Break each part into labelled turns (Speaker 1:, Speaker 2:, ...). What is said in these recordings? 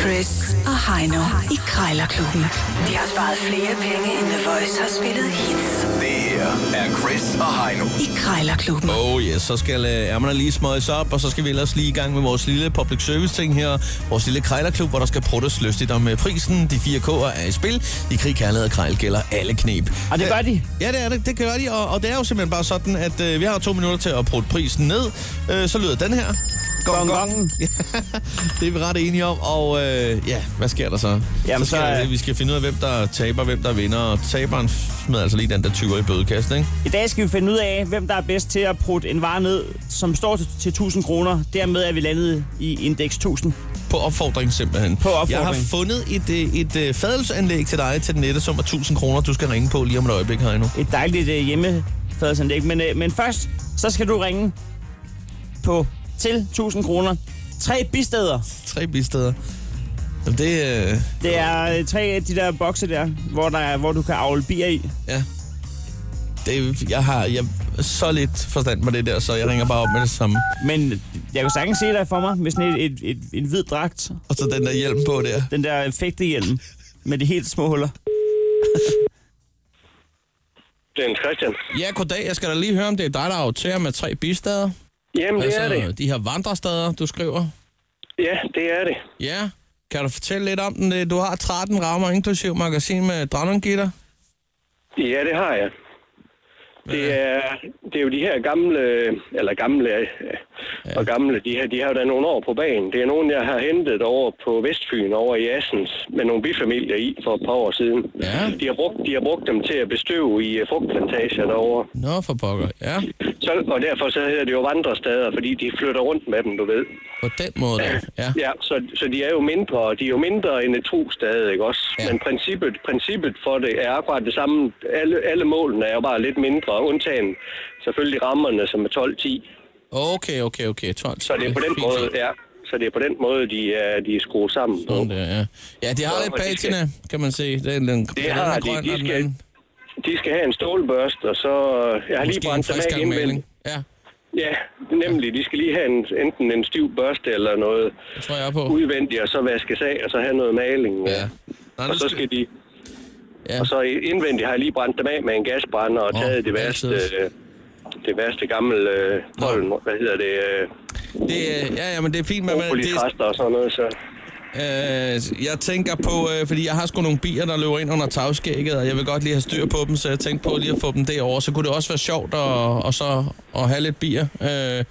Speaker 1: Chris og Heino i Krejlerklubben. De har sparet flere penge, end The Voice har spillet hits
Speaker 2: Det her er Chris og Heino.
Speaker 1: i Krejlerklubben.
Speaker 3: Oh yes, så skal øh, ærmerne lige smøjes op, og så skal vi ellers lige i gang med vores lille public service ting her. Vores lille krejlerklub, hvor der skal pruttes lystigt om øh, prisen. De fire K'er er i spil. I krig, kærlighed og krejl gælder alle knep.
Speaker 4: Og Ah, det gør de.
Speaker 3: Ja, det er det. Det gør de, og, og det er jo simpelthen bare sådan, at øh, vi har to minutter til at prutte prisen ned. Øh, så lyder den her.
Speaker 4: Gong, gong.
Speaker 3: Det er vi ret enige om, og øh, ja, hvad sker der så? så skal,
Speaker 4: Jamen, så er-
Speaker 3: øh, vi skal finde ud af, hvem der taber, hvem der vinder, og taberen smed altså lige den der 20'er i bødekasten, ikke?
Speaker 4: I dag skal vi finde ud af, hvem der er bedst til at prutte en vare ned, som står til, til 1000 kroner. Dermed er vi landet i indeks 1000.
Speaker 3: På opfordring simpelthen.
Speaker 4: På opfordring.
Speaker 3: Jeg har fundet et, øh, et, et fadelsanlæg til dig til den nette sum af 1000 kroner, du skal ringe på lige om et øjeblik her endnu.
Speaker 4: Et dejligt øh, hjemmefadsanlæg. Men, øh, men først, så skal du ringe på til 1000 kroner. Tre bisteder.
Speaker 3: Tre bisteder. Jamen, det, øh,
Speaker 4: Det er øh, tre af de der bokse der, hvor, der er, hvor du kan avle bier i.
Speaker 3: ja. Det, jeg har jeg, så lidt forstand på det der, så jeg ringer bare op med det samme.
Speaker 4: Men jeg kan sagtens se dig for mig med sådan et, et, et, en hvid dragt.
Speaker 3: Og så den der hjelm på der.
Speaker 4: Den der fægtehjelm med de helt små huller.
Speaker 5: Det er en Christian.
Speaker 3: Ja, goddag. Jeg skal da lige høre, om det er dig, der aftager med tre bistader. Altså,
Speaker 5: Jamen, det er det.
Speaker 3: de her vandrestader, du skriver.
Speaker 5: Ja, det er det.
Speaker 3: Ja. Kan du fortælle lidt om den? Du har 13 rammer, inklusiv magasin med dronninggitter.
Speaker 5: Ja, det har jeg. Det er, det er jo de her gamle, eller gamle øh, og gamle, de her, de har jo da nogle år på banen. Det er nogen, jeg har hentet over på Vestfyn, over i Assens, med nogle bifamilier i for et par år siden.
Speaker 3: Ja.
Speaker 5: De, har brugt, de har brugt dem til at bestøve i øh, frugtplantager derovre.
Speaker 3: Nå, for pokker. Ja,
Speaker 5: Så, og derfor så hedder det jo vandrestader, fordi de flytter rundt med dem, du ved.
Speaker 3: på den måde. da. Ja.
Speaker 5: Ja, så, så de er jo mindre, de er jo mindre end et trostad, ikke også?
Speaker 3: Ja.
Speaker 5: Ja. Men princippet, princippet for det er akkurat det samme. Alle, alle målene er jo bare lidt mindre, undtagen selvfølgelig rammerne, som er 12-10.
Speaker 3: Okay, okay, okay. 12.
Speaker 5: Så det er på den
Speaker 3: Fint,
Speaker 5: måde,
Speaker 3: fint.
Speaker 5: ja. Så det er på den måde, de er, de er skruet sammen.
Speaker 3: Sådan der, ja. Ja, de har
Speaker 5: Nå,
Speaker 3: lidt
Speaker 5: og de
Speaker 3: patina, kan man se. Den, den, den, den
Speaker 5: har
Speaker 3: er
Speaker 5: de.
Speaker 3: grøn,
Speaker 5: De
Speaker 3: og den
Speaker 5: skal
Speaker 3: anden.
Speaker 5: De skal have en stålbørst, og så... øh, Jeg har lige
Speaker 3: Måske en
Speaker 5: brændt dem
Speaker 3: frisk
Speaker 5: af
Speaker 3: gang maling.
Speaker 5: indvendigt.
Speaker 3: Ja,
Speaker 5: Ja, nemlig. De skal lige have en, enten en stiv børste eller noget
Speaker 3: det tror jeg er på.
Speaker 5: udvendigt, og så vaskes af, og så have noget maling.
Speaker 3: Ja. Nej,
Speaker 5: Og
Speaker 3: nu
Speaker 5: så skal de...
Speaker 3: Ja.
Speaker 5: Ja. Og så indvendigt har jeg lige brændt dem af med en gasbrænder og
Speaker 3: Nå,
Speaker 5: taget det værste,
Speaker 3: altid.
Speaker 5: øh, det værste gamle øh, pollen, hvad hedder det, øh,
Speaker 3: det, er- ja, ja, men det er fint, men, men det,
Speaker 5: propolisrester og sådan noget. Så.
Speaker 3: øh, jeg tænker på, øh, fordi jeg har sgu nogle bier, der løber ind under tagskægget, og jeg vil godt lige have styr på dem, så jeg tænkte på lige at få dem derover. Så kunne det også være sjovt at, og så, at have lidt bier. Øh,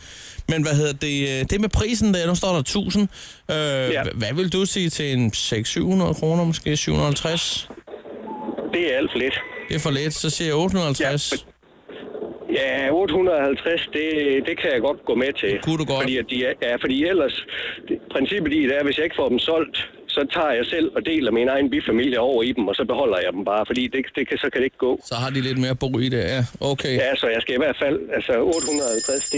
Speaker 3: men hvad hedder det? øh, Det med prisen der, nu står der 1000. Øh, ja. Hvad vil du sige til en 600-700 kroner, måske 750?
Speaker 5: Det er alt for lidt.
Speaker 3: Det er for let, så siger jeg 850. Ja,
Speaker 5: Ja, Ja, 850, det, det kan jeg godt gå med til.
Speaker 3: kunne du godt.
Speaker 5: Fordi, at de er, ja, fordi ellers, det, princippet i det er, at hvis jeg ikke får dem solgt, så tager jeg selv og deler min egen bifamilie over i dem, og så beholder jeg dem bare, fordi det, det kan, så kan det ikke gå.
Speaker 3: Så har de lidt mere bo i det, ja. Okay, ja.
Speaker 5: Ja, så jeg skal i hvert fald, altså 850, det, øh,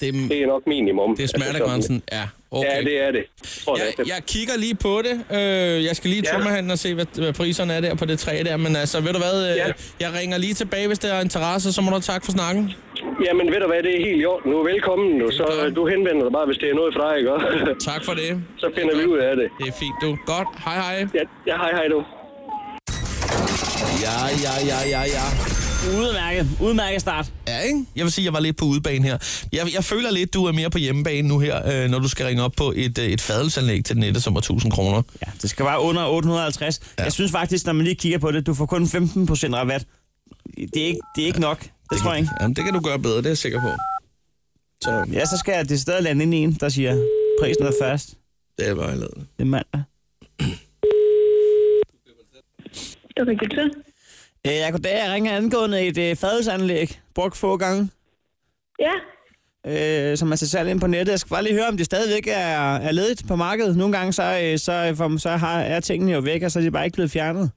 Speaker 3: Det er-
Speaker 5: det er nok minimum.
Speaker 3: det er
Speaker 5: Altså, sådan-
Speaker 3: smertegrænsen. Ja, okay.
Speaker 5: Ja, det er det. Tror jeg,
Speaker 3: Jeg, jeg kigger lige på det. Øh, jeg skal lige i
Speaker 5: Ja.
Speaker 3: trummehandlen og se, hvad, hvad priserne er der på det træ der. Men altså, ved du hvad? Øh,
Speaker 5: Ja.
Speaker 3: Jeg ringer lige tilbage, hvis der er interesse. Så må du tak for snakken.
Speaker 5: Jamen ved du hvad, det er helt i orden. Nu er velkommen nu, så øh,
Speaker 3: Velkommen.
Speaker 5: du henvender dig bare, hvis det er noget for dig, ikke?
Speaker 3: Tak for det.
Speaker 5: så finder vi ud af det.
Speaker 3: Det er fint, du. Godt. Hej, hej.
Speaker 5: Ja, ja hej hej du.
Speaker 3: Ja, ja, ja, ja, ja.
Speaker 4: Udmærket. Udmærket start.
Speaker 3: Ja, ikke? Jeg vil sige, at jeg var lidt på udebane her. Jeg, jeg føler lidt, du er mere på hjemmebane nu her, øh, når du skal ringe op på et, øh, et fadelsanlæg til den nette, som er 1000 kroner.
Speaker 4: Ja, det skal være under 850. Ja. Jeg synes faktisk, når man lige kigger på det, du får kun 15% rabat. Det er ikke, det er ikke nok. Det, det tror jeg ikke.
Speaker 3: Jamen, det kan du gøre bedre, det er jeg sikker på. Så
Speaker 4: Ja, så skal jeg det stadig lande ind i en, der siger, prisen er først.
Speaker 3: det er bare lavet.
Speaker 4: Det er mandag.
Speaker 6: Det er rigtigt.
Speaker 4: Øh, jeg goddag, jeg ringer angående et øh, fadelsanlæg, brugt få gange,
Speaker 6: Ja,
Speaker 4: øh, som er til salg ind på nettet. Jeg skal bare lige høre, om det stadigvæk er, er ledigt på markedet. Nogle gange så, øh, så, øh, for, så har, er tingene jo væk, og så er de bare ikke blevet fjernet.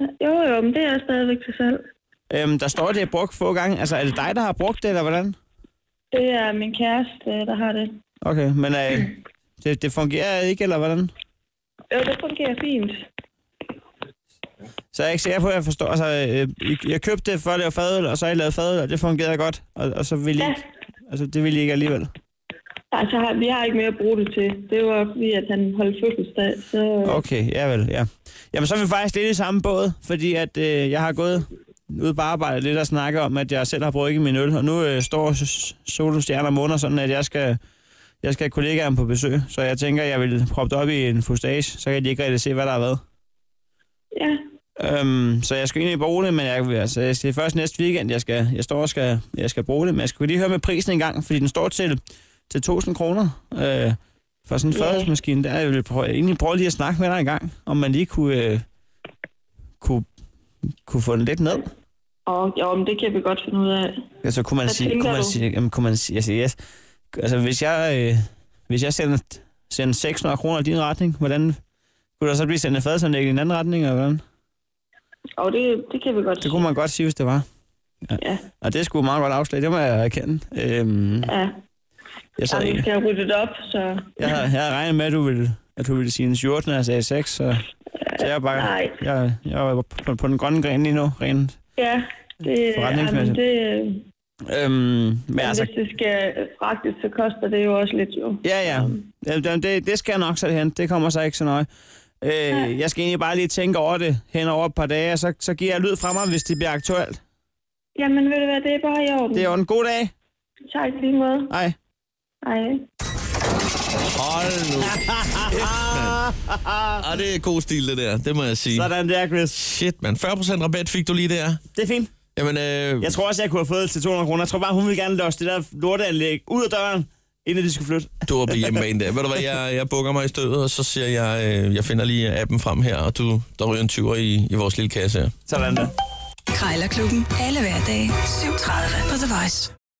Speaker 6: jo jo, men det er stadigvæk til salg.
Speaker 4: Øhm, der står, det er brugt få gange. Altså, er det dig, der har brugt det, eller hvordan?
Speaker 6: Det er min kæreste, øh, der har det.
Speaker 4: Okay, men øh, det, det fungerer ikke, eller hvordan?
Speaker 6: Jo, det fungerer fint.
Speaker 4: Så er jeg ikke sikker på, at jeg forstår. Altså, øh, I- jeg købte det for at lave fadøl, og så har I lavet fadøl, og det fungerede godt. Og, og så ville I
Speaker 6: Ja.
Speaker 4: ikke, altså, det ville I ikke alligevel.
Speaker 6: Altså, har- vi har ikke mere at bruge det til. Det var fordi, at han holdt fødselsdag, så... Okay.
Speaker 4: Okay, ja vel, ja. Jamen, så er vi faktisk lidt i samme båd, fordi at øh, jeg har gået ude på arbejde lidt og snakket om, at jeg selv har brugt min øl, og nu øh, står solen, stjerner og måner sådan, at jeg skal, jeg skal have kollegaerne på besøg, så jeg tænker, jeg vil proppe det op i en fustage, så kan de ikke rigtig se, hvad der har været.
Speaker 6: Ja,
Speaker 4: Øhm, så jeg skal egentlig bruge det, men jeg, altså, jeg skal, det er først næste weekend, jeg skal, jeg står og skal, jeg skal bruge det. Men jeg skal lige høre med prisen en gang, fordi den står til, til 1000 kroner øh, for sådan en
Speaker 6: Ja.
Speaker 4: fadelsmaskine. Der jeg vil prøve, egentlig prøve lige at snakke med dig en gang, om man lige kunne, øh, kunne, kunne få den lidt ned.
Speaker 6: og jo, men det kan vi godt finde ud af.
Speaker 4: Altså, kunne man
Speaker 6: Hvad
Speaker 4: sige,
Speaker 6: tænker
Speaker 4: kunne man
Speaker 6: du?
Speaker 4: sige, jamen, kunne man sige, altså, yes. altså hvis jeg, øh, hvis jeg sender, sender 600 kroner i din retning, hvordan kunne der så blive sendt en fadelsanlæg i en anden retning, eller hvordan?
Speaker 6: Og det, det kan vi godt
Speaker 4: Det kunne man godt sige, hvis det var.
Speaker 6: Ja,
Speaker 4: Og det skulle meget godt afslag, det må jeg erkende. Øhm,
Speaker 6: ja.
Speaker 4: jeg, sad,
Speaker 6: Og vi
Speaker 4: egentlig-
Speaker 6: skal jo rydde det op, så...
Speaker 4: jeg, havde, jeg havde regnet med, at du ville, at du ville sige en 14, altså jeg sagde 6, så, så jeg, er bare,
Speaker 6: Nej.
Speaker 4: jeg, jeg var på, på, den grønne gren lige nu, rent.
Speaker 6: Ja, det,
Speaker 4: Forretningsmæssigt.
Speaker 6: jamen, det,
Speaker 4: Øhm, men
Speaker 6: Men
Speaker 4: altså,
Speaker 6: hvis det skal øh, fragtes, så koster det jo også lidt, jo.
Speaker 4: ja, ja,
Speaker 6: Øhm.
Speaker 4: Jamen, det, det skal jeg nok sætte hen, det kommer så ikke så nøje. Øh, jeg skal egentlig bare lige tænke over det hen over et par dage, og så, så giver jeg lyd fra mig, hvis det bliver aktuelt.
Speaker 6: Jamen, ved du hvad, det er bare i orden.
Speaker 4: Det er jo en god dag.
Speaker 6: Tak lige måde.
Speaker 4: Hej.
Speaker 6: Ej.
Speaker 3: Hold nu. Kæft, mand. Ah, det er god stil, det der. Det må jeg sige.
Speaker 4: Sådan der, Chris.
Speaker 3: Shit, mand. 40% rabat fik du lige der.
Speaker 4: Det er fint.
Speaker 3: Jamen, øh,
Speaker 4: Jeg tror også, jeg kunne have fået det til 200 kroner. Jeg tror bare, hun ville gerne låse det der lorteanlæg ud af døren, inden de skulle flytte.
Speaker 3: du er på hjemmebane der. Ved du hvad, jeg, jeg bukker mig i stødet, og så siger jeg, øh, jeg finder lige appen frem her, og du, der ryger en tyver i, i vores lille kasse her.
Speaker 4: Sådan der.
Speaker 1: Krejlerklubben. Alle hverdage. 7.30 på The Voice.